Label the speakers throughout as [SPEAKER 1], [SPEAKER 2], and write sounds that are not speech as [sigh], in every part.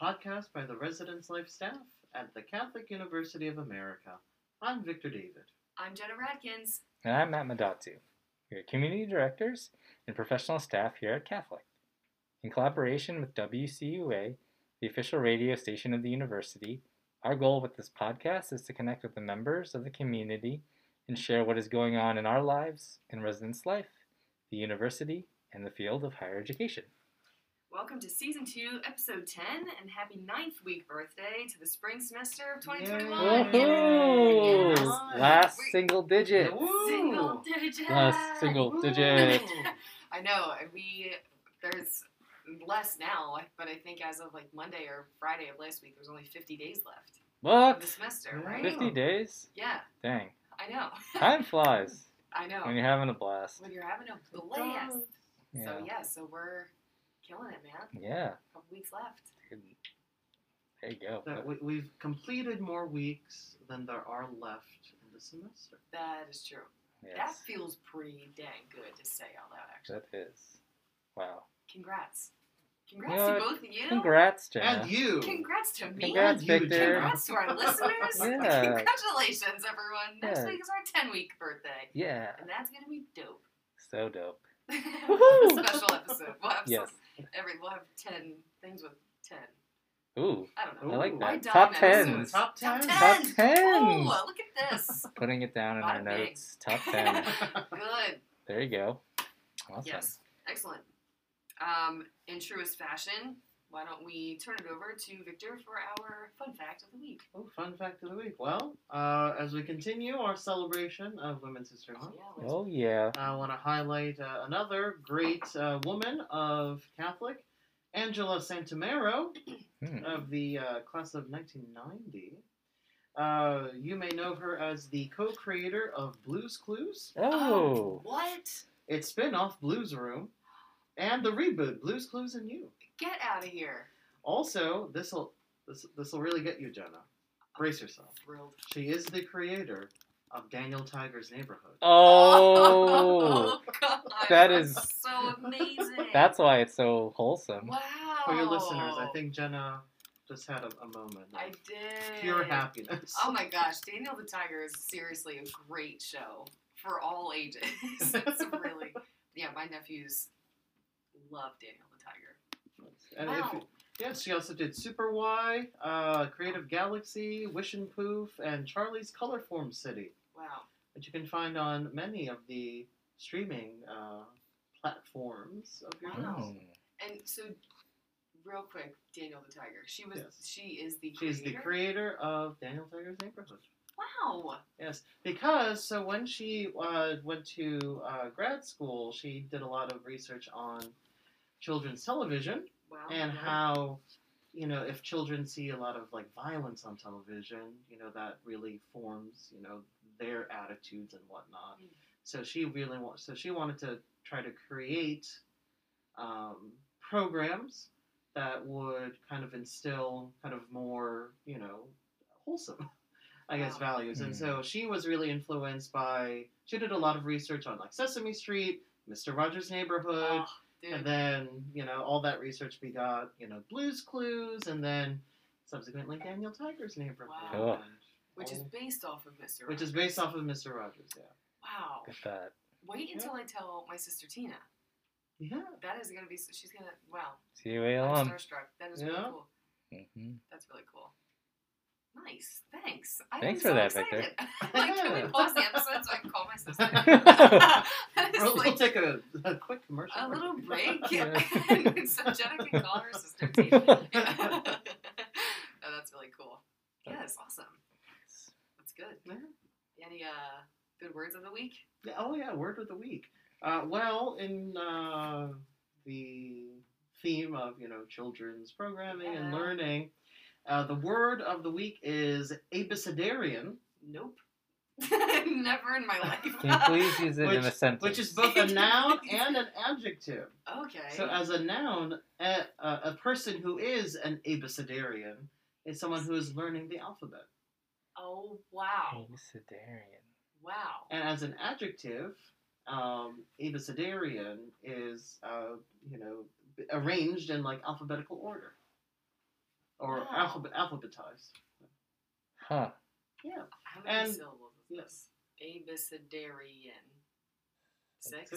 [SPEAKER 1] podcast by the Residence Life staff at the Catholic University of America. I'm Victor David.
[SPEAKER 2] I'm Jenna Radkins.
[SPEAKER 3] And I'm Matt Madatu, your community directors and professional staff here at Catholic. In collaboration with WCUA, the official radio station of the university, our goal with this podcast is to connect with the members of the community and share what is going on in our lives in residence life, the university, and the field of higher education.
[SPEAKER 2] Welcome to season two, episode 10, and happy ninth week birthday to the spring semester of 2021.
[SPEAKER 1] Yay.
[SPEAKER 3] Woohoo!
[SPEAKER 1] Yes.
[SPEAKER 3] Last
[SPEAKER 2] We-
[SPEAKER 3] single digit.
[SPEAKER 1] Woo.
[SPEAKER 2] Single digit.
[SPEAKER 3] Last single [laughs] digit.
[SPEAKER 2] I know, and we, there's less now, but I think as of like Monday or Friday of last week, there was only 50 days left of
[SPEAKER 3] What?
[SPEAKER 2] the semester,
[SPEAKER 1] Yeah.
[SPEAKER 2] right?
[SPEAKER 3] 50 days?
[SPEAKER 2] Yeah,
[SPEAKER 3] Dang.
[SPEAKER 2] I know.
[SPEAKER 3] Time flies
[SPEAKER 2] I know.
[SPEAKER 3] when you're having a blast.
[SPEAKER 2] Oh. When you're having a blast.
[SPEAKER 3] Yeah.
[SPEAKER 2] So, yeah, so we're killing it, man.
[SPEAKER 3] Yeah.
[SPEAKER 2] A couple weeks left.
[SPEAKER 3] There you go.
[SPEAKER 1] That we, we've completed more weeks than there are left in the semester.
[SPEAKER 2] That is true. That
[SPEAKER 3] Yes,
[SPEAKER 2] feels pretty dang good to say out loud, actually.
[SPEAKER 3] that is. Wow.
[SPEAKER 2] Congrats. Congrats
[SPEAKER 3] know
[SPEAKER 2] to
[SPEAKER 3] what?
[SPEAKER 2] both of you.
[SPEAKER 3] Congrats, Jenna.
[SPEAKER 1] And you!
[SPEAKER 2] Congrats to me.
[SPEAKER 3] Congrats,
[SPEAKER 1] And you,
[SPEAKER 3] Victor.
[SPEAKER 1] Jenna.
[SPEAKER 2] Congrats to our listeners.
[SPEAKER 3] [laughs] Yeah.
[SPEAKER 2] [laughs] Congratulations, everyone. Next
[SPEAKER 3] Yeah.
[SPEAKER 2] week is our 10 week birthday.
[SPEAKER 3] Yeah.
[SPEAKER 2] And that's going to be dope. [laughs]
[SPEAKER 3] So dope.
[SPEAKER 2] A special episode. We'll have,
[SPEAKER 3] Yes.
[SPEAKER 2] some, every, we'll have 10 things with 10.
[SPEAKER 3] Ooh,
[SPEAKER 2] I don't
[SPEAKER 3] I
[SPEAKER 2] know.
[SPEAKER 1] Ooh.
[SPEAKER 3] like
[SPEAKER 2] Why dime
[SPEAKER 3] that. Oh, Top
[SPEAKER 2] episodes?
[SPEAKER 3] tens.
[SPEAKER 1] Top
[SPEAKER 2] Top
[SPEAKER 1] 10!
[SPEAKER 2] 10.
[SPEAKER 3] Top
[SPEAKER 2] Oh,
[SPEAKER 3] tens.
[SPEAKER 2] look at this.
[SPEAKER 3] Putting it down in our
[SPEAKER 2] Bada bing.
[SPEAKER 3] notes.
[SPEAKER 2] [laughs]
[SPEAKER 3] Top ten.
[SPEAKER 2] Good.
[SPEAKER 3] there you go. Awesome.
[SPEAKER 2] Yes, excellent. Um, in truest fashion, why don't we turn it over to Victor for our fun fact of the week?
[SPEAKER 1] Oh, fun fact of the week. Well, uh, as we continue our celebration of Women's History Month,
[SPEAKER 2] Yeah, let's-
[SPEAKER 3] Oh yeah.
[SPEAKER 1] I want to highlight uh, another great uh, woman of Catholic, Angela Santomero
[SPEAKER 3] Hmm.
[SPEAKER 1] of the uh, class of 1990. Uh, you may know her as the co-creator of Blues Clues,
[SPEAKER 3] Oh.
[SPEAKER 2] Um, what?
[SPEAKER 1] its spin-off Blues Room, and the reboot Blues Clues and You.
[SPEAKER 2] Get out of here!
[SPEAKER 1] Also, this will this this will really get you, Jenna. Brace yourself.
[SPEAKER 2] Thrilled.
[SPEAKER 1] She is the creator of Daniel Tiger's Neighborhood.
[SPEAKER 3] Oh.
[SPEAKER 2] [laughs] Oh, God,
[SPEAKER 3] That is-
[SPEAKER 2] that's so amazing.
[SPEAKER 3] That's why it's so wholesome.
[SPEAKER 2] wow.
[SPEAKER 1] For your listeners, I think Jenna just had a, a moment of
[SPEAKER 2] Oh. I did.
[SPEAKER 1] pure happiness.
[SPEAKER 2] Oh my gosh, Daniel the Tiger is seriously a great show for all ages. [laughs] it's really, yeah. My nephews love Daniel the Tiger.
[SPEAKER 1] And
[SPEAKER 2] wow.
[SPEAKER 1] if, yes, she also did Super Y, uh, Creative Galaxy, Wish and Poof, and Charlie's Colorform City,
[SPEAKER 2] Wow.
[SPEAKER 1] which you can find on many of the streaming uh, platforms of your
[SPEAKER 2] Wow.
[SPEAKER 1] choice.
[SPEAKER 3] Hmm.
[SPEAKER 2] And so, real quick, Daniel the Tiger. She was.
[SPEAKER 1] Yes.
[SPEAKER 2] She is the.
[SPEAKER 1] She's the
[SPEAKER 2] creator?
[SPEAKER 1] creator of Daniel Tiger's Neighborhood.
[SPEAKER 2] Wow.
[SPEAKER 1] Yes, because so when she uh, went to uh, grad school, she did a lot of research on children's television
[SPEAKER 2] Wow.
[SPEAKER 1] and
[SPEAKER 2] wow.
[SPEAKER 1] how you know if children see a lot of like violence on television you know that really forms you know their attitudes and whatnot
[SPEAKER 2] Mm.
[SPEAKER 1] so she really wants so she wanted to try to create um, programs that would kind of instill kind of more you know wholesome [laughs] i guess
[SPEAKER 2] Wow.
[SPEAKER 1] values and so she was really influenced by she did a lot of research on like sesame street mr rogers neighborhood
[SPEAKER 2] Oh, dude.
[SPEAKER 1] and then, you know, all that research we got, you know, Blues Clues, and then subsequently Daniel Tiger's Neighborhood.
[SPEAKER 2] Wow.
[SPEAKER 1] and
[SPEAKER 2] which is
[SPEAKER 1] all-
[SPEAKER 2] based off of Mr.
[SPEAKER 1] which is
[SPEAKER 2] Rogers.
[SPEAKER 1] based off of Mr. Rogers, yeah.
[SPEAKER 2] Wow.
[SPEAKER 3] Good thought.
[SPEAKER 2] Wait
[SPEAKER 1] Yeah.
[SPEAKER 2] until I tell my sister Tina.
[SPEAKER 1] Yeah.
[SPEAKER 2] That is gonna be. She's gonna. Wow.
[SPEAKER 3] See you later.
[SPEAKER 2] I'm
[SPEAKER 3] alum.
[SPEAKER 2] starstruck. That is
[SPEAKER 1] Yeah.
[SPEAKER 2] really cool.
[SPEAKER 3] Mhm.
[SPEAKER 2] That's really cool. Nice. Thanks. I
[SPEAKER 3] Thanks
[SPEAKER 2] am
[SPEAKER 3] for that,
[SPEAKER 2] so
[SPEAKER 3] Victor.
[SPEAKER 2] excited. [laughs] like, can we pause the episode so I can call my
[SPEAKER 3] [laughs]
[SPEAKER 2] sister? [laughs] That is
[SPEAKER 1] We'll, we'll
[SPEAKER 2] like
[SPEAKER 1] take a, a quick commercial.
[SPEAKER 2] a
[SPEAKER 1] break.
[SPEAKER 2] little break.
[SPEAKER 3] Yeah.
[SPEAKER 2] [laughs] so Jenna can call her sister [laughs] Tina. oh, that's really cool. Yeah, that's awesome. That's good.
[SPEAKER 1] Yeah.
[SPEAKER 2] Any uh, good words of the week?
[SPEAKER 1] Yeah, oh, yeah, word of the week. Uh, well, in uh, the theme of, you know, children's programming and
[SPEAKER 2] Yeah.
[SPEAKER 1] learning, uh, the word of the week is abecedarian.
[SPEAKER 2] Nope. [laughs] Never in my
[SPEAKER 3] Can you
[SPEAKER 2] life.
[SPEAKER 3] please use it in a sentence?
[SPEAKER 1] Which is both a noun and an adjective.
[SPEAKER 2] [laughs] okay.
[SPEAKER 1] So, uh, as a noun, a, a, a person who is an abecedarian is someone who is learning the alphabet.
[SPEAKER 2] oh wow,
[SPEAKER 3] Sedarian.
[SPEAKER 2] wow.
[SPEAKER 1] And as an adjective, um, abecedarian is, uh, you know, b- arranged in like alphabetical order. or
[SPEAKER 2] Wow.
[SPEAKER 1] alphabet, alphabetized.
[SPEAKER 3] Huh.
[SPEAKER 1] Yeah.
[SPEAKER 2] How many
[SPEAKER 1] And-
[SPEAKER 2] syllables is this? Abecedarian. Six?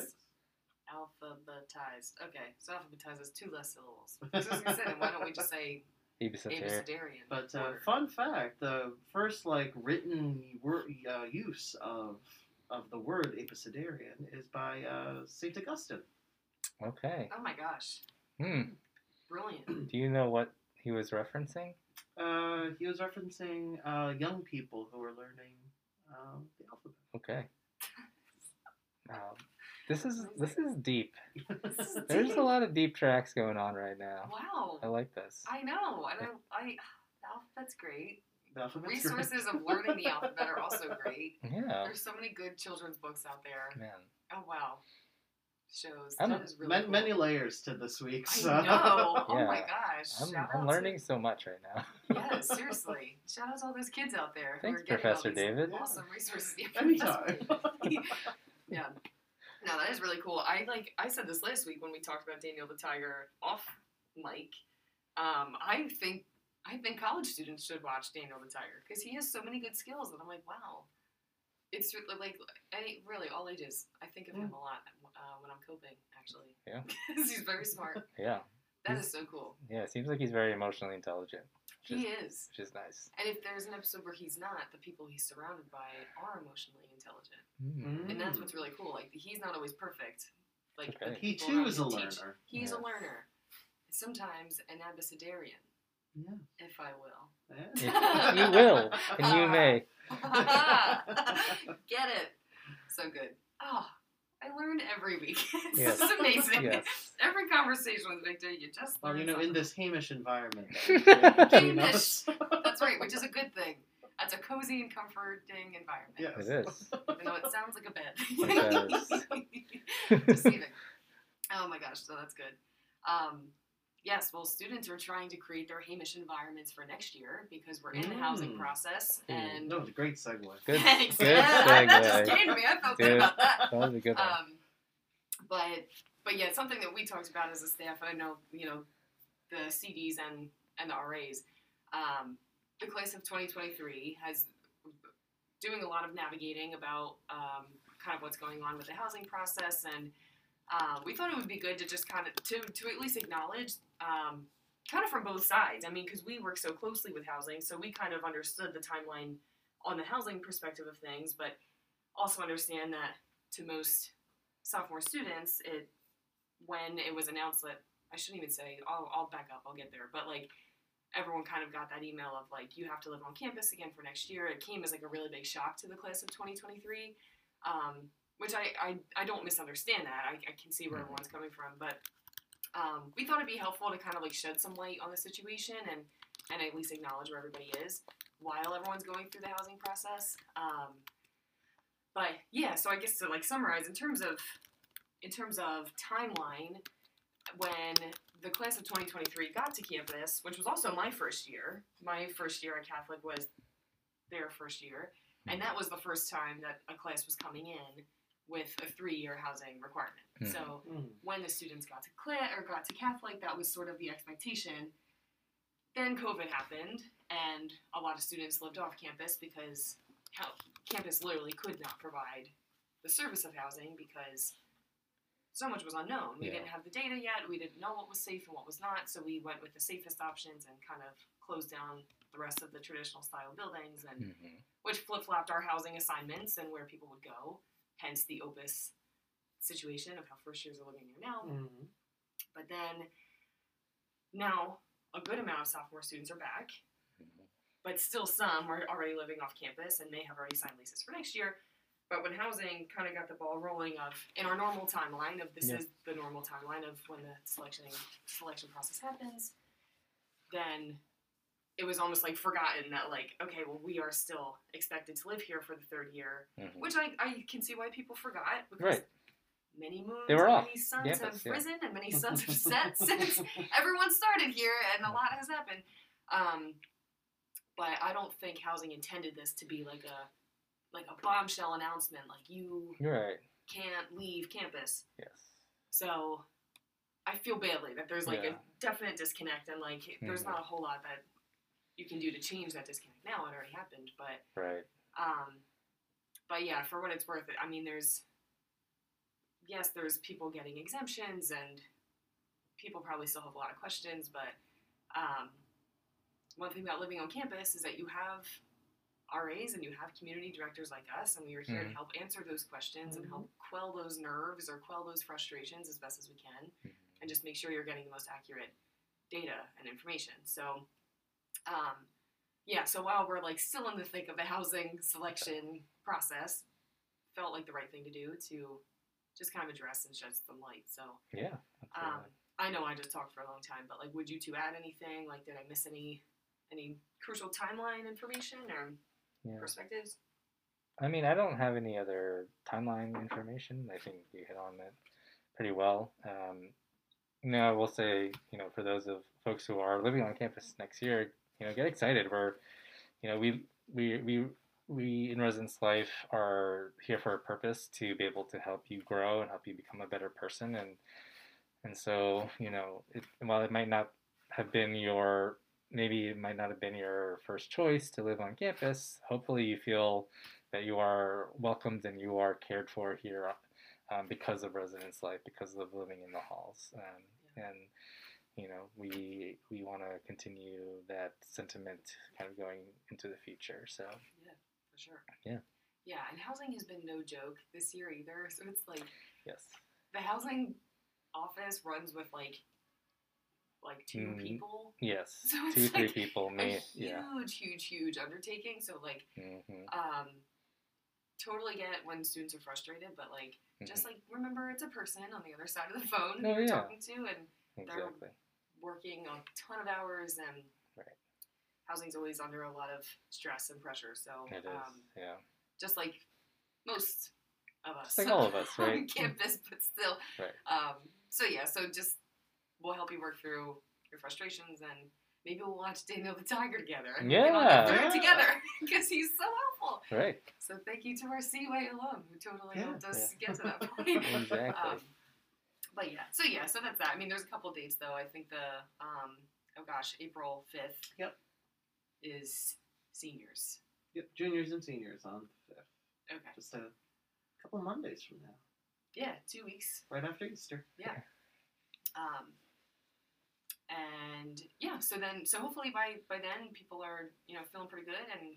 [SPEAKER 2] Alphabetized. Okay, so alphabetized is two less syllables. So as we said, why don't we just say
[SPEAKER 3] Abecedarian.
[SPEAKER 2] abecedarian?
[SPEAKER 1] But uh,
[SPEAKER 2] order?
[SPEAKER 1] fun fact: the first like written word, uh, use of of the word aposidarian is by uh, Saint Augustine.
[SPEAKER 3] Okay.
[SPEAKER 2] Oh my gosh.
[SPEAKER 3] Hmm. [clears throat]
[SPEAKER 2] Brilliant.
[SPEAKER 3] Do you know what he was referencing?
[SPEAKER 1] Uh, he was referencing uh, young people who were learning um, the alphabet.
[SPEAKER 2] [laughs]
[SPEAKER 3] Okay. Um, this is this is deep.
[SPEAKER 1] [laughs]
[SPEAKER 2] This is
[SPEAKER 3] There's
[SPEAKER 2] deep.
[SPEAKER 3] a lot of deep tracks going on right now.
[SPEAKER 2] Wow.
[SPEAKER 3] I like this.
[SPEAKER 2] I know. And I, I, [sighs] the alphabet's great.
[SPEAKER 1] The alphabet's great.
[SPEAKER 2] Resources of learning the alphabet are also
[SPEAKER 3] [laughs]
[SPEAKER 2] great.
[SPEAKER 3] Yeah.
[SPEAKER 2] There's so many good children's books out there.
[SPEAKER 3] Man.
[SPEAKER 2] Oh wow. Shows.
[SPEAKER 3] I'm-
[SPEAKER 2] That is really
[SPEAKER 1] Man-
[SPEAKER 2] cool.
[SPEAKER 1] Many layers to this uh, week.
[SPEAKER 2] I
[SPEAKER 1] So. [laughs]
[SPEAKER 3] [laughs]
[SPEAKER 2] know. Oh my
[SPEAKER 3] Yeah.
[SPEAKER 2] gosh.
[SPEAKER 3] I'm,
[SPEAKER 2] Shout
[SPEAKER 3] I'm
[SPEAKER 2] out
[SPEAKER 3] learning so much right
[SPEAKER 2] [laughs]
[SPEAKER 3] now.
[SPEAKER 2] To, yeah,
[SPEAKER 3] [laughs]
[SPEAKER 2] seriously. Shout out to all those kids out there
[SPEAKER 3] Thanks,
[SPEAKER 2] who are getting
[SPEAKER 3] Professor
[SPEAKER 2] all these
[SPEAKER 3] David.
[SPEAKER 2] [laughs] awesome resources. Yeah,
[SPEAKER 1] Anytime.
[SPEAKER 2] [laughs] yeah. No, that is really cool. I like I said this last week when we talked about Daniel the Tiger off mic. Um, I think I think college students should watch Daniel the Tiger because he has so many good skills, and I'm like, wow, it's re- like any really all ages. I think of him a lot uh, when I'm coping, actually.
[SPEAKER 3] Yeah.
[SPEAKER 2] [laughs] 'Cause he's very smart.
[SPEAKER 3] Yeah.
[SPEAKER 2] That
[SPEAKER 3] He's-
[SPEAKER 2] is so cool.
[SPEAKER 3] Yeah. It seems like he's very emotionally intelligent,
[SPEAKER 2] He is.
[SPEAKER 3] which is nice.
[SPEAKER 2] And if there's an episode where he's not, the people he's surrounded by are emotionally intelligent.
[SPEAKER 3] Mm.
[SPEAKER 2] and
[SPEAKER 1] Hmm.
[SPEAKER 2] that's what's really cool. Like he's not always perfect. Like the
[SPEAKER 3] Okay.
[SPEAKER 1] He
[SPEAKER 2] people around
[SPEAKER 1] too is a
[SPEAKER 2] him teach- [laughs]
[SPEAKER 1] learner.
[SPEAKER 2] He's
[SPEAKER 3] Yeah.
[SPEAKER 2] a learner. Sometimes an abecedarian,
[SPEAKER 1] Yeah.
[SPEAKER 2] if I
[SPEAKER 1] [laughs]
[SPEAKER 2] will.
[SPEAKER 1] yeah.
[SPEAKER 2] You
[SPEAKER 3] will,
[SPEAKER 2] [laughs]
[SPEAKER 3] And you may.
[SPEAKER 2] Get it? So good. Oh, I learned every week. [laughs] this
[SPEAKER 3] Yes.
[SPEAKER 2] is amazing.
[SPEAKER 3] Yes.
[SPEAKER 2] Every conversation with Victor, you just
[SPEAKER 1] Well,
[SPEAKER 2] learn
[SPEAKER 1] you know, in
[SPEAKER 2] something.
[SPEAKER 1] this Hamish
[SPEAKER 2] [laughs]
[SPEAKER 1] environment. that we create between us.
[SPEAKER 2] That's right, which is a good thing. That's a cozy and comforting environment.
[SPEAKER 1] Yeah.
[SPEAKER 2] [laughs]
[SPEAKER 3] It is.
[SPEAKER 2] Even though it sounds like a bed. [laughs]
[SPEAKER 3] It
[SPEAKER 1] [laughs]
[SPEAKER 3] does.
[SPEAKER 2] Receiving. Oh my gosh, so that's good. Um, yes, well, students are trying to create their Hamish environments for next year because we're in the housing
[SPEAKER 1] Mm.
[SPEAKER 2] process
[SPEAKER 3] Ooh.
[SPEAKER 2] and.
[SPEAKER 1] That was a great segue.
[SPEAKER 2] [laughs]
[SPEAKER 3] Good,
[SPEAKER 2] Thanks.
[SPEAKER 3] good
[SPEAKER 2] Yeah, that just
[SPEAKER 3] segue.
[SPEAKER 2] came to me. I felt
[SPEAKER 3] Good.
[SPEAKER 2] good about that.
[SPEAKER 3] That was a good one.
[SPEAKER 2] [laughs] Um, but but yeah, something that we talked about as a staff, I know you know the CDs and and the RAs. Um, the class of 2023 has doing a lot of navigating about um, kind of what's going on with the housing process, and uh, we thought it would be good to just kind of to to at least acknowledge. Um, kind of from both sides i mean because we work so closely with housing so we kind of understood the timeline on the housing perspective of things but also understand that to most sophomore students, it when it was announced that I shouldn't even say I'll, I'll back up, I'll get there, but like everyone kind of got that email of like you have to live on campus again for next year. It came as like a really big shock to the class of 2023, um, which I, I I don't misunderstand that. I, I can see where
[SPEAKER 3] Mhm.
[SPEAKER 2] everyone's coming from, but um, we thought it'd be helpful to kind of like shed some light on the situation and and at least acknowledge where everybody is while everyone's going through the housing process. Um, but yeah, so I guess to like summarize in terms of in terms of timeline, when the class of 2023 got to campus, which was also my first year, my first year at Catholic was their first year, and that was the first time that a class was coming in with a three-year housing requirement.
[SPEAKER 3] Mhm.
[SPEAKER 2] So
[SPEAKER 1] Mm.
[SPEAKER 2] when the students got to Cla- or got to Catholic, that was sort of the expectation. Then COVID happened, and a lot of students lived off campus because how, campus literally could not provide the service of housing because so much was unknown. We
[SPEAKER 3] Yeah.
[SPEAKER 2] didn't have the data yet. We didn't know what was safe and what was not. So we went with the safest options and kind of closed down the rest of the traditional style buildings and
[SPEAKER 3] Mhm.
[SPEAKER 2] which flip flopped our housing assignments and where people would go, hence the opus situation of how first years are living there now.
[SPEAKER 1] Mm.
[SPEAKER 2] But then now a good amount of sophomore students are back,
[SPEAKER 3] Mm-hmm.
[SPEAKER 2] but still some are already living off campus and may have already signed leases for next year. But when housing kind of got the ball rolling of in our normal timeline of this
[SPEAKER 3] Yeah.
[SPEAKER 2] is the normal timeline of when the selection selection process happens, then it was almost like forgotten that like okay well we are still expected to live here for the third year
[SPEAKER 3] Mhm.
[SPEAKER 2] which I, I can see why people forgot because
[SPEAKER 3] Right.
[SPEAKER 2] many moons,
[SPEAKER 3] They were off
[SPEAKER 2] many suns
[SPEAKER 3] campus,
[SPEAKER 2] have
[SPEAKER 3] yeah.
[SPEAKER 2] risen, and many suns
[SPEAKER 3] [laughs]
[SPEAKER 2] have set
[SPEAKER 1] Mm-hmm.
[SPEAKER 2] since everyone started here, and a lot has happened. Um, but I don't think housing intended this to be like a like a bombshell announcement, like you
[SPEAKER 3] Mm-hmm. You're right.
[SPEAKER 2] can't leave campus.
[SPEAKER 3] Yes.
[SPEAKER 2] So I feel badly that there's like
[SPEAKER 3] Yeah.
[SPEAKER 2] a definite disconnect, and like there's
[SPEAKER 3] Mhm.
[SPEAKER 2] not a whole lot that you can do to change that disconnect now. It already happened, but
[SPEAKER 3] Right.
[SPEAKER 2] um, but yeah, for what it's worth, I mean, there's yes, there's people getting exemptions, and people probably still have a lot of questions. But um, one thing about living on campus is that you have RAs and you have community directors like us, and we are here
[SPEAKER 3] Mhm.
[SPEAKER 2] to help answer those questions and
[SPEAKER 1] Mhm.
[SPEAKER 2] help quell those nerves or quell those frustrations as best as we can and just make sure you're getting the most accurate data and information. So, um, yeah, so while we're like still in the thick of the housing [laughs] selection process, felt like the right thing to do to just kind of address and shed some light. So,
[SPEAKER 3] Yeah.
[SPEAKER 2] um,
[SPEAKER 3] absolutely.
[SPEAKER 2] I know I just talked for a long time, but like, would you two add anything? Like, did I miss any any crucial timeline information or
[SPEAKER 3] yeah.
[SPEAKER 2] perspectives?
[SPEAKER 3] I mean, I don't have any other timeline information. I think you hit on that pretty well. Um, no, I will say, you know, for those of folks who are living on campus next year, you know, get excited. We're, you know, we we we we in residence life are here for a purpose to be able to help you grow and help you become a better person, and and so you know, it, while it might not have been your maybe it might not have been your first choice to live on campus, hopefully you feel that you are welcomed and you are cared for here um, because of residence life, because of living in the halls. Um, And, you know, we, we want to continue that sentiment kind of going into the future. So,
[SPEAKER 2] For sure.
[SPEAKER 3] Yeah.
[SPEAKER 2] Yeah, and housing has been no joke this year either. [laughs] So it's like
[SPEAKER 3] yes.
[SPEAKER 2] the housing office runs with like like 2
[SPEAKER 3] Mhm.
[SPEAKER 2] people.
[SPEAKER 3] Yes.
[SPEAKER 2] [laughs] So it's
[SPEAKER 3] Two, three
[SPEAKER 2] like
[SPEAKER 3] people.
[SPEAKER 2] A
[SPEAKER 3] Me.
[SPEAKER 2] huge,
[SPEAKER 3] Yeah.
[SPEAKER 2] huge, huge undertaking. So like,
[SPEAKER 3] hmm
[SPEAKER 2] um, totally get when students are frustrated, but like, just like remember it's a person on the other side of the phone who
[SPEAKER 3] Mm-hmm. Oh,
[SPEAKER 2] you're
[SPEAKER 3] yeah.
[SPEAKER 2] talking to and
[SPEAKER 3] Exactly.
[SPEAKER 2] working a ton of hours and
[SPEAKER 3] Right.
[SPEAKER 2] housing's always under a lot of stress and pressure. So
[SPEAKER 3] It is.
[SPEAKER 2] um,
[SPEAKER 3] yeah.
[SPEAKER 2] just like most of us,
[SPEAKER 3] Just like all
[SPEAKER 2] [laughs]
[SPEAKER 3] of us,
[SPEAKER 2] on
[SPEAKER 3] right?
[SPEAKER 2] campus, but still.
[SPEAKER 3] Right.
[SPEAKER 2] Um, so yeah, so just we'll help you work through your frustrations, and maybe we'll watch Daniel the Tiger together. and we can all get through
[SPEAKER 1] Yeah.
[SPEAKER 2] it together [laughs] because he's so helpful. [laughs]
[SPEAKER 3] Right.
[SPEAKER 2] So thank you to our CY alum who totally
[SPEAKER 1] Yeah.
[SPEAKER 2] helped us get to
[SPEAKER 1] [laughs]
[SPEAKER 2] that point.
[SPEAKER 3] Exactly.
[SPEAKER 2] Um, but yeah, so yeah, so that's that. I mean, there's a couple dates though. I think the um, oh gosh, April fifth.
[SPEAKER 1] Yep.
[SPEAKER 2] Is seniors.
[SPEAKER 1] [laughs] Yep, juniors and seniors on the fifth.
[SPEAKER 2] Okay.
[SPEAKER 1] Just a couple Mondays from now,
[SPEAKER 2] Yeah, two weeks.
[SPEAKER 1] right after Easter.
[SPEAKER 2] Um, and yeah, so then, so hopefully by by then, people are you know feeling pretty good and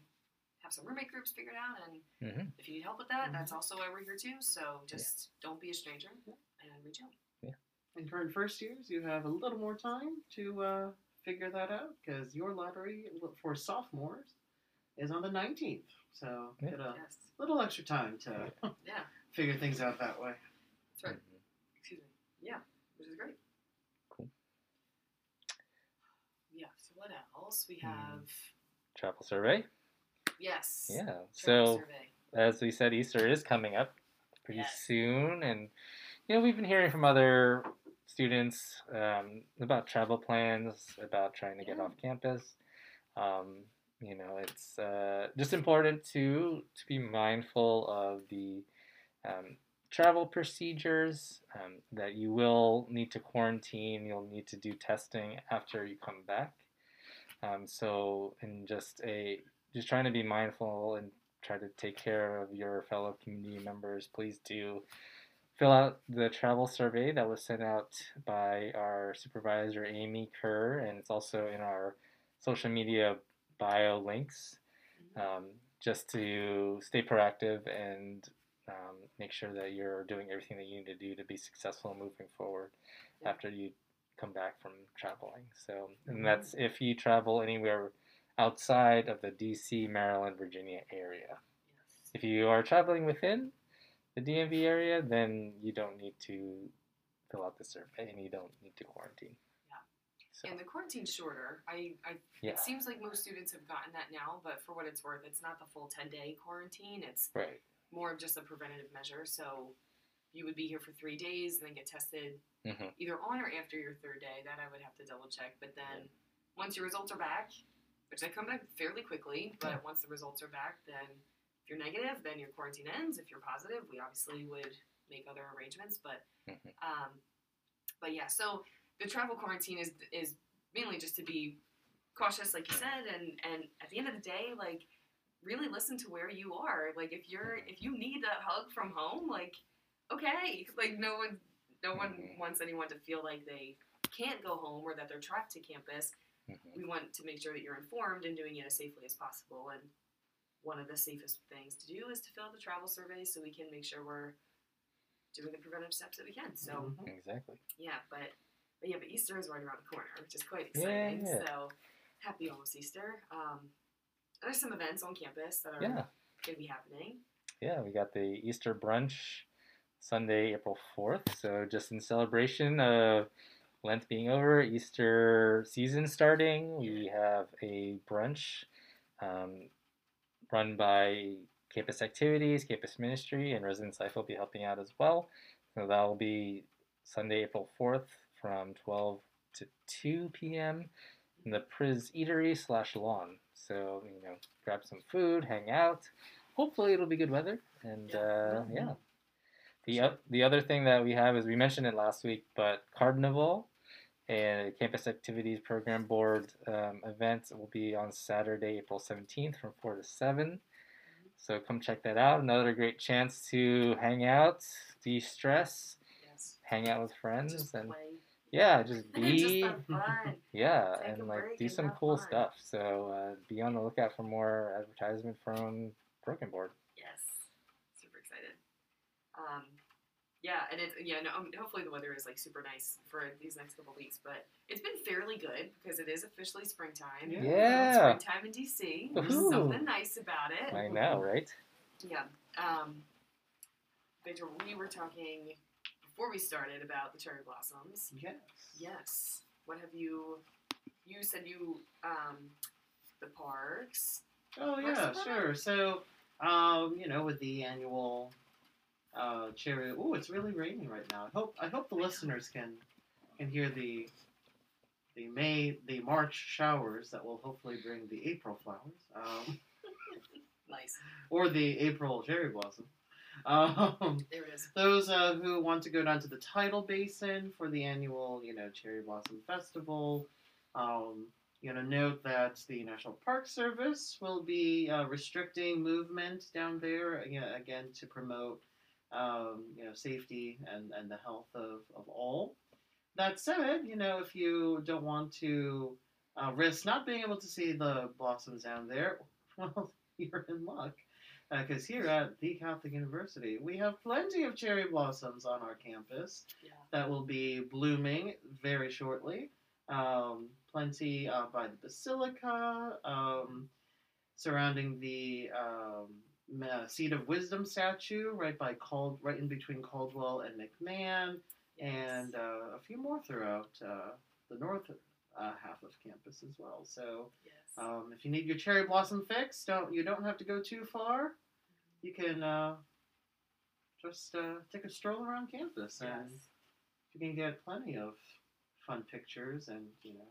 [SPEAKER 2] have some roommate groups figured out. And
[SPEAKER 3] Mhm.
[SPEAKER 2] if you need help with that,
[SPEAKER 1] Mhm.
[SPEAKER 2] that's also why we're here too. So just don't be a stranger and reach out.
[SPEAKER 1] And current first years, you have a little more time to uh, figure that out because your lottery for sophomores is on the 19th. So
[SPEAKER 3] Yeah.
[SPEAKER 1] get a
[SPEAKER 2] Yes.
[SPEAKER 1] little extra time to
[SPEAKER 2] Yeah.
[SPEAKER 1] figure things out that way.
[SPEAKER 2] That's right.
[SPEAKER 3] Mhm.
[SPEAKER 2] Excuse me. Yeah, which is great.
[SPEAKER 3] Cool.
[SPEAKER 2] Yeah. So what else we
[SPEAKER 3] Hmm.
[SPEAKER 2] have?
[SPEAKER 3] Travel survey.
[SPEAKER 2] Yes.
[SPEAKER 3] Yeah.
[SPEAKER 2] Travel
[SPEAKER 3] so.
[SPEAKER 2] survey.
[SPEAKER 3] as we said, Easter is coming up pretty
[SPEAKER 2] Yes.
[SPEAKER 3] soon, and you know we've been hearing from other students um, about travel plans, about trying to get
[SPEAKER 2] Yeah.
[SPEAKER 3] off campus. Um, you know, it's uh, just important to to be mindful of the um, travel procedures um, that you will need to quarantine. You'll need to do testing after you come back. Um, so, and just a just trying to be mindful and try to take care of your fellow community members. Please do fill out the travel survey that was sent out by our supervisor Amy Kerr, and it's also in our social media bio links. Um, just to stay proactive and um, make sure that you're doing everything that you need to do to be successful moving forward
[SPEAKER 2] Yeah.
[SPEAKER 3] after you come back from traveling. So, and that's if you travel anywhere outside of the DC, Maryland, Virginia area.
[SPEAKER 2] Yes.
[SPEAKER 3] If you are traveling within the DMV area, then you don't need to fill out the survey and you don't need to quarantine.
[SPEAKER 2] Yeah.
[SPEAKER 3] So,
[SPEAKER 2] And the quarantine's shorter. I, I
[SPEAKER 3] yeah.
[SPEAKER 2] it seems like most students have gotten that now, but for what it's worth, it's not the full ten day quarantine. It's
[SPEAKER 3] Right.
[SPEAKER 2] more of just a preventative measure. So you would be here for three days and then get tested
[SPEAKER 3] hmm
[SPEAKER 2] either on or after your third day. That I would have to double check. But then once your results are back, which they come back fairly quickly, but
[SPEAKER 3] Yeah.
[SPEAKER 2] once the results are back, then if you're negative, then your quarantine ends. If you're positive, we obviously would make other arrangements. But
[SPEAKER 3] Mhm.
[SPEAKER 2] um, but yeah, so the travel quarantine is is mainly just to be cautious, like you said, and and at the end of the day, like really listen to where you are. Like if you're if you need that hug from home, like okay, like no one no one
[SPEAKER 3] Mhm.
[SPEAKER 2] wants anyone to feel like they can't go home or that they're trapped to campus.
[SPEAKER 3] Mhm.
[SPEAKER 2] We want to make sure that you're informed and doing it as safely as possible. And one of the safest things to do is to fill out the travel survey so we can make sure we're doing the preventive steps that we can. So
[SPEAKER 1] Mhm.
[SPEAKER 3] Exactly.
[SPEAKER 2] yeah, but, but yeah, but Easter is right around the corner, which is quite exciting.
[SPEAKER 3] Mm-hmm. Yeah.
[SPEAKER 2] So happy almost Easter. Um, there's some events on campus that are
[SPEAKER 3] Yeah.
[SPEAKER 2] going to be happening.
[SPEAKER 3] Yeah, we got the Easter brunch Sunday, April 4th. So, just in celebration of Lent being over, Easter season starting, we have a brunch um, run by Campus Activities, Campus Ministry, and Residence Life will be helping out as well. So, that will be Sunday, April 4th from 12 to 2 p.m. in the Priz Eatery slash lawn. So, you know, grab some food, hang out hopefully it'll be good weather and
[SPEAKER 2] Yeah.
[SPEAKER 3] uh,
[SPEAKER 1] Mhm.
[SPEAKER 3] yeah the, o- the other thing that we have is we mentioned it last week but carnival a campus activities program board um, event will be on saturday april 17th from 4 to 7 so come check that out another great chance to hang out de-stress
[SPEAKER 2] Yes.
[SPEAKER 3] hang out with friends
[SPEAKER 2] Just
[SPEAKER 3] and
[SPEAKER 2] play. [laughs]
[SPEAKER 3] yeah just
[SPEAKER 2] Just
[SPEAKER 3] be
[SPEAKER 2] have fun.
[SPEAKER 3] yeah,
[SPEAKER 2] Take a
[SPEAKER 3] and like
[SPEAKER 2] break
[SPEAKER 3] do
[SPEAKER 2] and
[SPEAKER 3] some
[SPEAKER 2] have
[SPEAKER 3] cool
[SPEAKER 2] fun.
[SPEAKER 3] stuff. So uh, be on the lookout for more advertisement from Broken Board.
[SPEAKER 2] Yes. Super excited. Um, yeah, and it's yeah. No, um, hopefully the weather is like super nice for these next couple weeks, but it's been fairly good because it is officially springtime.
[SPEAKER 1] Yeah.
[SPEAKER 3] Yeah.
[SPEAKER 2] Springtime in DC. There's
[SPEAKER 3] Woohoo.
[SPEAKER 2] something nice about it.
[SPEAKER 3] I know, right?
[SPEAKER 2] Yeah. Um, Victor, we were talking before we started about the cherry blossoms.
[SPEAKER 1] Yes.
[SPEAKER 2] Yes. What have you? You said you um, the parks.
[SPEAKER 1] Oh
[SPEAKER 2] Parks
[SPEAKER 1] yeah,
[SPEAKER 2] and Rec?
[SPEAKER 1] sure. So, um, you know, with the annual uh, cherry. Oh, it's really raining right now. I hope I hope the listeners can can hear the the May the March showers that will hopefully bring the April flowers um,
[SPEAKER 2] Nice.
[SPEAKER 1] or the April cherry blossom. Um, [laughs]
[SPEAKER 2] There it is.
[SPEAKER 1] those uh, who want to go down to the tidal basin for the annual, you know, cherry blossom festival. Um, you know, note that the National Park Service will be uh, restricting movement down there you know, again to promote, um, you know, safety and, and the health of, of all. That said, you know, if you don't want to uh, risk not being able to see the blossoms down there, [laughs] well, you're in luck because Uh, here at the Catholic University, we have plenty of cherry blossoms on our campus
[SPEAKER 2] Yeah.
[SPEAKER 1] that will be blooming very shortly. Um, plenty uh, by the basilica, um, surrounding the um, Ma- seat of wisdom statue, right by Cald, right in between Caldwell and McMahon, and uh, a few more throughout uh, the north uh, half of campus as well. So.
[SPEAKER 2] yes.
[SPEAKER 1] Um, if you need your cherry blossom fix, don't you don't have to go too far. You can uh, just uh, take a stroll around campus, and
[SPEAKER 2] Yes.
[SPEAKER 1] you can get plenty of fun pictures and you know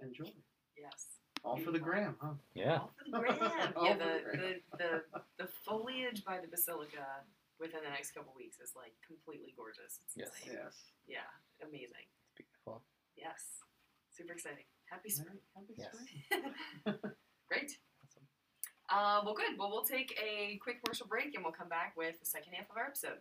[SPEAKER 1] enjoy.
[SPEAKER 2] Yes.
[SPEAKER 1] All for the gram, huh?
[SPEAKER 3] Yeah.
[SPEAKER 2] All for
[SPEAKER 1] [laughs]
[SPEAKER 2] the gram.
[SPEAKER 1] All
[SPEAKER 2] yeah.
[SPEAKER 1] for the
[SPEAKER 2] The,
[SPEAKER 1] gram.
[SPEAKER 2] the the the foliage by the basilica within the next couple weeks is like completely gorgeous. It's
[SPEAKER 3] Yes.
[SPEAKER 2] insane.
[SPEAKER 1] Yes.
[SPEAKER 2] Yeah. Amazing.
[SPEAKER 3] It's beautiful.
[SPEAKER 2] Yes. Super exciting. Happy
[SPEAKER 1] All
[SPEAKER 2] spring.
[SPEAKER 1] right, happy
[SPEAKER 3] Yes.
[SPEAKER 1] spring.
[SPEAKER 2] Great.
[SPEAKER 3] Awesome.
[SPEAKER 2] Uh, well, good. Well, we'll take a quick commercial break and we'll come back with the second half of our episode.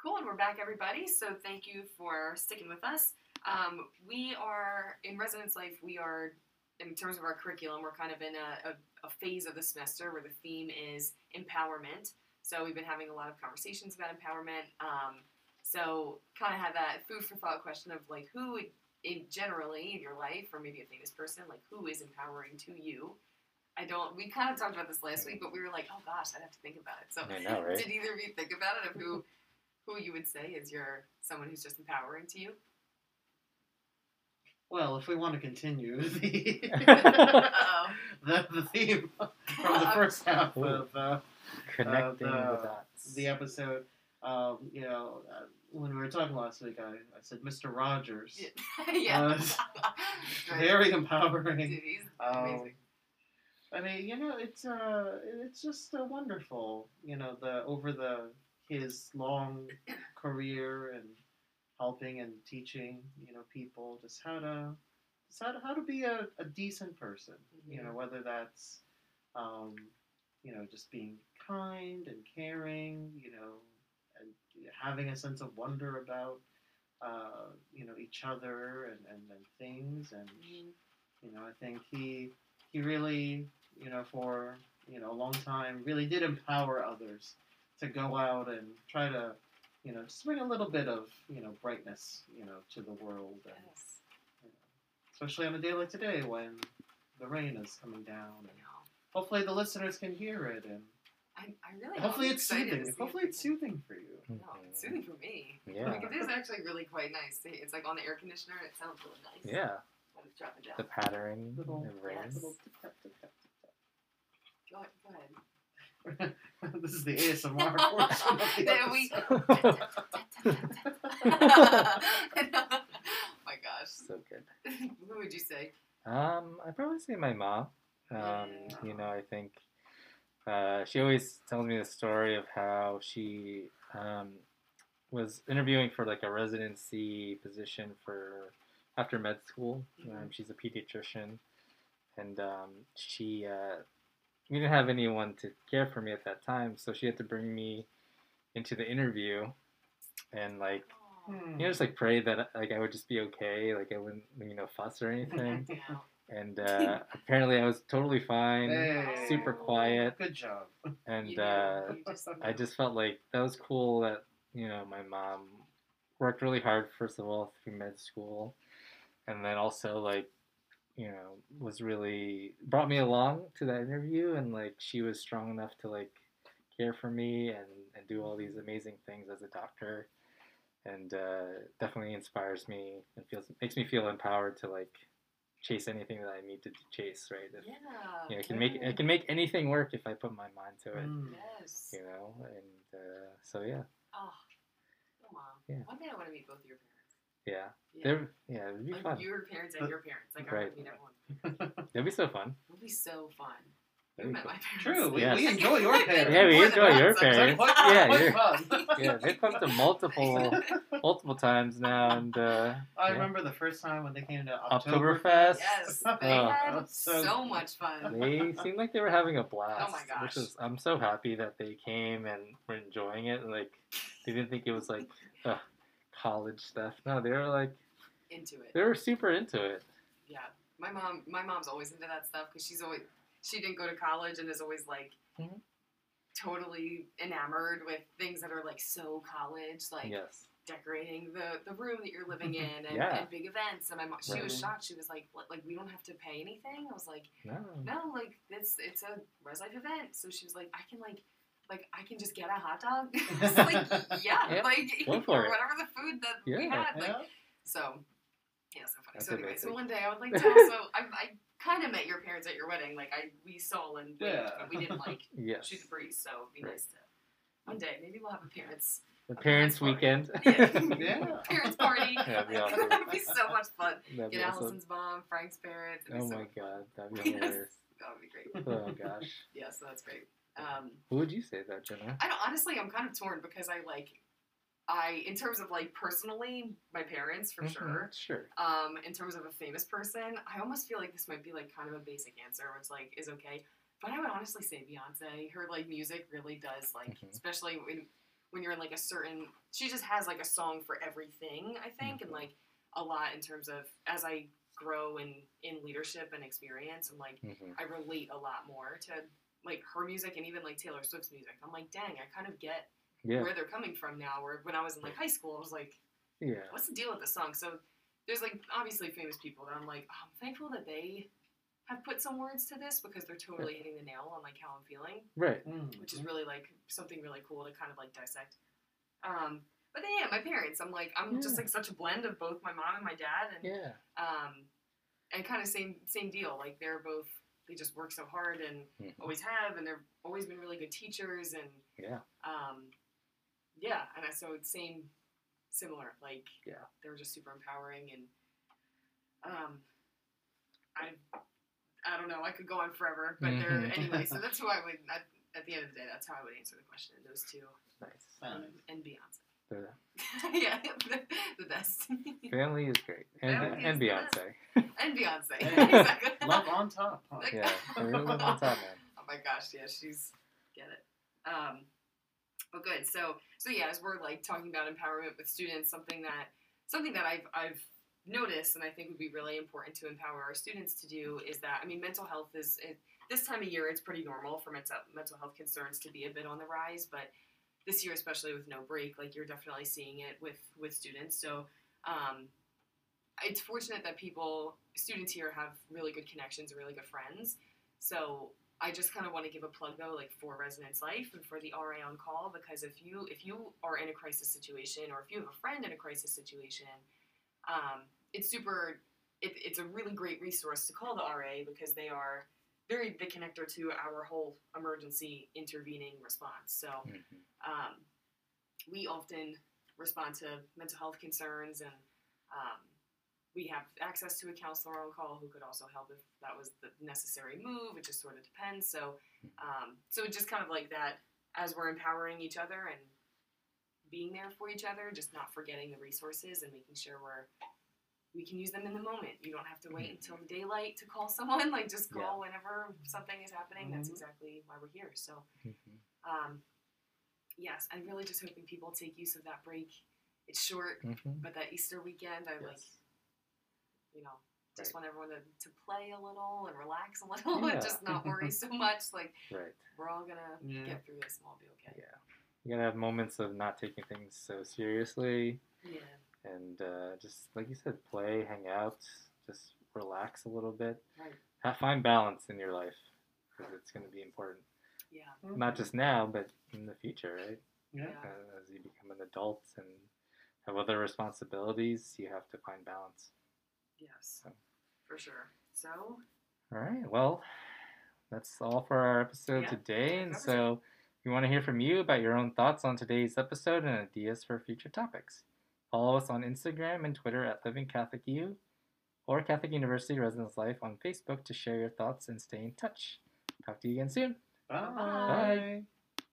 [SPEAKER 2] Cool, and we're back, everybody. So thank you for sticking with us. Um, we are in residence life. We are, in terms of our curriculum, we're kind of in a, a, a phase of the semester where the theme is empowerment. So we've been having a lot of conversations about empowerment. Um, so kind of have that food for thought question of like who in generally in your life or maybe a famous person like who is empowering to you. I don't. We kind of talked about this last week, but we were like, oh gosh, I'd have to think about it. So [laughs]
[SPEAKER 3] I know, right?
[SPEAKER 2] did either of you think about it of who who you would say is your someone who's just empowering
[SPEAKER 1] [laughs]
[SPEAKER 2] to you?
[SPEAKER 1] Well, if we want to continue the [laughs]
[SPEAKER 2] [laughs]
[SPEAKER 3] [laughs]
[SPEAKER 2] Uh-oh.
[SPEAKER 1] the, the theme
[SPEAKER 2] [laughs]
[SPEAKER 1] from the first half of. Uh,
[SPEAKER 3] Connecting
[SPEAKER 1] the-
[SPEAKER 2] Uh,
[SPEAKER 3] the dots.
[SPEAKER 1] the episode, um, you know, uh, when we were talking last week, I, I said Mr. Rogers.
[SPEAKER 2] Yeah. yeah.
[SPEAKER 1] Uh,
[SPEAKER 2] [laughs] Right.
[SPEAKER 1] Very
[SPEAKER 2] Dude,
[SPEAKER 1] empowering.
[SPEAKER 2] he's
[SPEAKER 1] Um,
[SPEAKER 2] amazing.
[SPEAKER 1] I mean, you know, it's uh, it's just uh, wonderful. You know, the over the his long career and helping and teaching, you know, people just how to just how to, how to be a, a decent person. You know, whether that's um, you know just being kind and caring. You know, and having a sense of wonder about uh, you know each other and, and, and things and
[SPEAKER 2] Mm-hmm.
[SPEAKER 1] you know, I think he he really, you know, for you know a long time, really did empower others to go out and try to, you know, just bring a little bit of you know brightness, you know, to the world, and
[SPEAKER 2] Yes.
[SPEAKER 1] especially on a day like today when the rain is coming down,
[SPEAKER 2] I
[SPEAKER 1] and
[SPEAKER 2] know.
[SPEAKER 1] hopefully the listeners can hear it, and
[SPEAKER 2] I, I really
[SPEAKER 1] hopefully
[SPEAKER 2] I'm
[SPEAKER 1] it's
[SPEAKER 2] excited to
[SPEAKER 1] soothing.
[SPEAKER 2] see if
[SPEAKER 1] Hopefully
[SPEAKER 2] we
[SPEAKER 1] it's
[SPEAKER 2] can-
[SPEAKER 1] soothing for you.
[SPEAKER 2] No, it's soothing for me.
[SPEAKER 3] Mm-hmm. Yeah.
[SPEAKER 2] Like it is actually really quite nice. See, It's like on the air conditioner. It sounds really nice.
[SPEAKER 3] Yeah.
[SPEAKER 2] When it's dropping [laughs] down.
[SPEAKER 3] The pattering of
[SPEAKER 1] Little-
[SPEAKER 3] rain.
[SPEAKER 2] Yes.
[SPEAKER 1] Little tip tap, tip tap,
[SPEAKER 2] Go ahead. Go ahead.
[SPEAKER 1] tip tap. [laughs] this is the ASMR portion. Of [laughs] the
[SPEAKER 2] [laughs] There we-
[SPEAKER 1] episode. [laughs]
[SPEAKER 2] [laughs] Oh my gosh.
[SPEAKER 3] so good.
[SPEAKER 2] Who would you say?
[SPEAKER 3] Um, I'd probably say my mom. Um,
[SPEAKER 2] Yeah.
[SPEAKER 3] you know, I think uh, she always tells me the story of how she um, was interviewing for like a residency position for after med school. Um, she's a pediatrician, and um, she uh, we didn't have anyone to care for me at that time, so she had to bring me into the interview, and like
[SPEAKER 1] Hmm.
[SPEAKER 3] you know, just like pray that like I would just be okay, like I wouldn't you know fuss or anything and uh, apparently I was totally fine,
[SPEAKER 1] Hmm. Hey.
[SPEAKER 3] super quiet,
[SPEAKER 1] Good job.
[SPEAKER 3] and uh, I just felt like that was cool that you know my mom worked really hard first of all through med school, and then also like you know was really brought me along to that interview, and like she was strong enough to like care for me and and do all these amazing things as a doctor. And uh, definitely inspires me and feels makes me feel empowered to like chase anything that I need to chase. Right? If- you
[SPEAKER 2] Yeah.
[SPEAKER 3] know, I can make I can make anything work if I put my mind to
[SPEAKER 2] Mm.
[SPEAKER 3] it.
[SPEAKER 1] Hmm.
[SPEAKER 2] Yes.
[SPEAKER 3] You know, and uh, so yeah,
[SPEAKER 2] Oh, oh, mom.
[SPEAKER 3] Yeah.
[SPEAKER 2] One day I want to meet both of your parents.
[SPEAKER 3] yeah,
[SPEAKER 2] Yeah.
[SPEAKER 3] they're yeah, it'd be
[SPEAKER 2] like
[SPEAKER 3] fun.
[SPEAKER 2] your parents and
[SPEAKER 1] But-
[SPEAKER 2] your parents. Like I want
[SPEAKER 3] Right.
[SPEAKER 2] to meet everyone.
[SPEAKER 3] That'd be
[SPEAKER 2] [laughs]
[SPEAKER 3] so fun.
[SPEAKER 2] It would be so fun. You
[SPEAKER 3] That'd be
[SPEAKER 2] met
[SPEAKER 3] cool.
[SPEAKER 2] my parents.
[SPEAKER 1] True. We,
[SPEAKER 3] Yes.
[SPEAKER 1] we enjoy your
[SPEAKER 2] [laughs]
[SPEAKER 1] parents.
[SPEAKER 3] Yeah, we
[SPEAKER 2] More than
[SPEAKER 3] enjoy your
[SPEAKER 2] once, actually.
[SPEAKER 1] [laughs]
[SPEAKER 3] parents.
[SPEAKER 1] What-
[SPEAKER 3] Yeah,
[SPEAKER 1] what
[SPEAKER 2] [laughs]
[SPEAKER 3] you're-
[SPEAKER 1] fun.
[SPEAKER 3] Yeah, they've come to multiple multiple times now, and uh,
[SPEAKER 1] I
[SPEAKER 3] yeah.
[SPEAKER 1] remember the first time when they came to October.
[SPEAKER 3] Oktoberfest.
[SPEAKER 2] Yes, [laughs] they
[SPEAKER 3] Oh.
[SPEAKER 2] had
[SPEAKER 1] That's so
[SPEAKER 2] so,
[SPEAKER 1] good.
[SPEAKER 2] much fun.
[SPEAKER 3] They seemed like they were having a blast.
[SPEAKER 2] Oh my gosh.
[SPEAKER 3] Which is, I'm so happy that they came and were enjoying it. And like, they didn't think it
[SPEAKER 2] [laughs]
[SPEAKER 3] was like ugh, college stuff. No, they were like,
[SPEAKER 2] Into it.
[SPEAKER 3] they were super into it.
[SPEAKER 2] Yeah, my mom. My mom's always into that stuff because she's always she didn't go to college and is always like
[SPEAKER 3] Mhm.
[SPEAKER 2] totally enamored with things that are like so college, like
[SPEAKER 3] yes.
[SPEAKER 2] decorating the the room that you're
[SPEAKER 3] [laughs]
[SPEAKER 2] living in and,
[SPEAKER 3] Yeah.
[SPEAKER 2] and big events. And my mom, she was
[SPEAKER 1] Right.
[SPEAKER 2] shocked. She was like, "What? Like we don't have to pay anything?" I was like,
[SPEAKER 3] No.
[SPEAKER 2] "No, like it's it's a res life event." So she was like, "I can like." Like I can just get a hot dog, [laughs] It's
[SPEAKER 3] [laughs]
[SPEAKER 2] like yeah,
[SPEAKER 3] Yeah,
[SPEAKER 2] like [laughs]
[SPEAKER 3] go
[SPEAKER 2] or
[SPEAKER 3] for it.
[SPEAKER 2] whatever the food that we
[SPEAKER 3] Yeah.
[SPEAKER 2] had, like
[SPEAKER 1] Yeah.
[SPEAKER 2] so, yeah, so funny.
[SPEAKER 3] That's
[SPEAKER 2] so anyway,
[SPEAKER 3] amazing.
[SPEAKER 2] so one day I would
[SPEAKER 3] [laughs]
[SPEAKER 2] like to also. I, I kind of met your parents at your wedding. Like I, we saw and waved,
[SPEAKER 1] Yeah.
[SPEAKER 2] but we didn't like
[SPEAKER 3] [laughs] Yes.
[SPEAKER 2] shoot the breeze. So it'd be
[SPEAKER 3] Right.
[SPEAKER 2] nice to. One day, maybe we'll have a parents
[SPEAKER 3] The
[SPEAKER 2] a
[SPEAKER 3] parents'
[SPEAKER 2] parents' party.
[SPEAKER 1] [laughs]
[SPEAKER 3] weekend.
[SPEAKER 1] Yeah.
[SPEAKER 2] parents party.
[SPEAKER 3] [laughs] Yeah, it'd be
[SPEAKER 2] [laughs]
[SPEAKER 3] awesome.
[SPEAKER 2] That'd be so much fun.
[SPEAKER 3] That'd be
[SPEAKER 2] Get
[SPEAKER 3] awesome.
[SPEAKER 2] Allison's mom, Frank's parents. It'd be
[SPEAKER 3] Oh
[SPEAKER 2] so
[SPEAKER 3] my
[SPEAKER 2] [laughs] much fun.
[SPEAKER 3] god, that'd be
[SPEAKER 2] Yes.
[SPEAKER 3] hilarious.
[SPEAKER 2] That would be great.
[SPEAKER 3] Oh gosh.
[SPEAKER 2] Yeah, so that's great. Um,
[SPEAKER 3] Who would you say that, Jenna?
[SPEAKER 2] I don't, honestly, I'm kind of torn because I like, I in terms of like personally, my parents for
[SPEAKER 3] Mhm,
[SPEAKER 2] sure.
[SPEAKER 3] Sure.
[SPEAKER 2] um, in terms of a famous person, I almost feel like this might be like kind of a basic answer, which like is okay. But I would honestly say Beyonce. Her like music really does like,
[SPEAKER 3] Mhm.
[SPEAKER 2] especially when when you're in like a certain. She just has like a song for everything. I think and
[SPEAKER 3] Mhm.
[SPEAKER 2] like a lot in terms of as I grow in in leadership and experience, I'm like
[SPEAKER 3] hmm
[SPEAKER 2] I relate a lot more to like her music and even like Taylor Swift's music. I'm like, dang, I kind of get
[SPEAKER 3] Yeah.
[SPEAKER 2] where they're coming from now. Where when I was in like high school, I was like
[SPEAKER 3] Yeah.
[SPEAKER 2] what's the deal with this song? So there's like obviously famous people that I'm like, oh, I'm thankful that they have put some words to this because they're totally hitting the nail on like how I'm feeling,
[SPEAKER 3] Right.
[SPEAKER 1] Mm.
[SPEAKER 2] which is
[SPEAKER 3] Mm-hmm.
[SPEAKER 2] really like something really cool to kind of like dissect. Um, but then yeah, my parents, I'm like, I'm just
[SPEAKER 3] Yeah.
[SPEAKER 2] like such a blend of both my mom and my dad, and
[SPEAKER 3] Yeah.
[SPEAKER 2] um, and kind of same same deal. Like they're both they just work so hard and
[SPEAKER 3] Mhm.
[SPEAKER 2] always have, and they've always been really good teachers and
[SPEAKER 3] Yeah.
[SPEAKER 2] um, yeah, and I, so it's same, similar. Like,
[SPEAKER 3] Yeah.
[SPEAKER 2] they were just super empowering, and um, I, I don't know. I could go on forever, but there
[SPEAKER 3] Mhm.
[SPEAKER 2] anyway. So that's who I would. At, at the end of the day, that's how I would answer the question. Those two
[SPEAKER 3] Nice.
[SPEAKER 2] um,
[SPEAKER 1] Nice.
[SPEAKER 2] and Beyonce. [laughs]
[SPEAKER 3] So
[SPEAKER 2] yeah, [laughs] the, the best.
[SPEAKER 3] family is great. And,
[SPEAKER 2] Family
[SPEAKER 3] and
[SPEAKER 2] is the
[SPEAKER 3] Beyonce.
[SPEAKER 2] and
[SPEAKER 1] Yeah.
[SPEAKER 2] Beyonce. [laughs] exactly.
[SPEAKER 1] Love on top. Huh?
[SPEAKER 2] Like- [laughs]
[SPEAKER 3] Yeah. They really live on top, man.
[SPEAKER 2] Oh my gosh, yeah, she's get it. Um, but good. So so yeah, as we're like talking about empowerment with students, something that something that I've I've noticed and I think would be really important to empower our students to do is that I mean mental health is it, this time of year it's pretty normal for mental mental health concerns to be a bit on the rise, but this year especially with no break, like you're definitely seeing it with with students. So um, it's fortunate that people students here have really good connections and really good friends. So I just kind of want to give a plug though, like for Resonance Life and for the RA on call, because if you if you are in a crisis situation or if you have a friend in a crisis situation, um, it's super. It, it's a really great resource to call the RA because they are they're the connector to our whole emergency intervening response. So
[SPEAKER 3] Mhm.
[SPEAKER 2] um, we often respond to mental health concerns and um, we have access to a counselor on call who could also help if that was the necessary move it just sort of depends so um, so just kind of like that as we're empowering each other and being there for each other just not forgetting the resources and making sure we're we can use them in the moment you don't have to wait until the daylight to call someone [laughs] like just call
[SPEAKER 3] Yeah.
[SPEAKER 2] whenever something is happening that's
[SPEAKER 1] Mhm.
[SPEAKER 2] exactly why we're here so
[SPEAKER 3] Mhm.
[SPEAKER 2] um, yes, I'm really just hoping people take use of that break. It's short,
[SPEAKER 3] Mhm.
[SPEAKER 2] but that Easter weekend, I like,
[SPEAKER 1] Yes.
[SPEAKER 2] you know, just
[SPEAKER 3] Right.
[SPEAKER 2] want everyone to, to play a little and relax a little
[SPEAKER 3] Yeah.
[SPEAKER 2] and just not worry so much. Like,
[SPEAKER 3] Right.
[SPEAKER 2] we're all gonna
[SPEAKER 1] Yeah.
[SPEAKER 2] get through this and we'll be okay.
[SPEAKER 3] Yeah. You gotta have moments of not taking things so seriously
[SPEAKER 2] Yeah.
[SPEAKER 3] and uh, just, like you said, play, hang out, just relax a little bit.
[SPEAKER 2] Right.
[SPEAKER 3] Have, find balance in your life because it's gonna be important.
[SPEAKER 2] Yeah.
[SPEAKER 3] Not just now, but in the future, right?
[SPEAKER 1] Mm-hmm. Yeah.
[SPEAKER 2] Yeah.
[SPEAKER 3] Uh, as you become an adult and have other responsibilities, you have to find balance.
[SPEAKER 2] Yes.
[SPEAKER 3] So.
[SPEAKER 2] For sure. So,
[SPEAKER 3] All right. Well, that's all for our episode
[SPEAKER 2] Yeah,
[SPEAKER 3] today. And
[SPEAKER 2] that's
[SPEAKER 3] so we want to hear from you about your own thoughts on today's episode and ideas for future topics. Follow us on Instagram and Twitter at Living Catholic U or Catholic University Residence Life on Facebook to share your thoughts and stay in touch. Talk to you again soon.
[SPEAKER 1] Bye.
[SPEAKER 2] Bye.
[SPEAKER 3] Bye.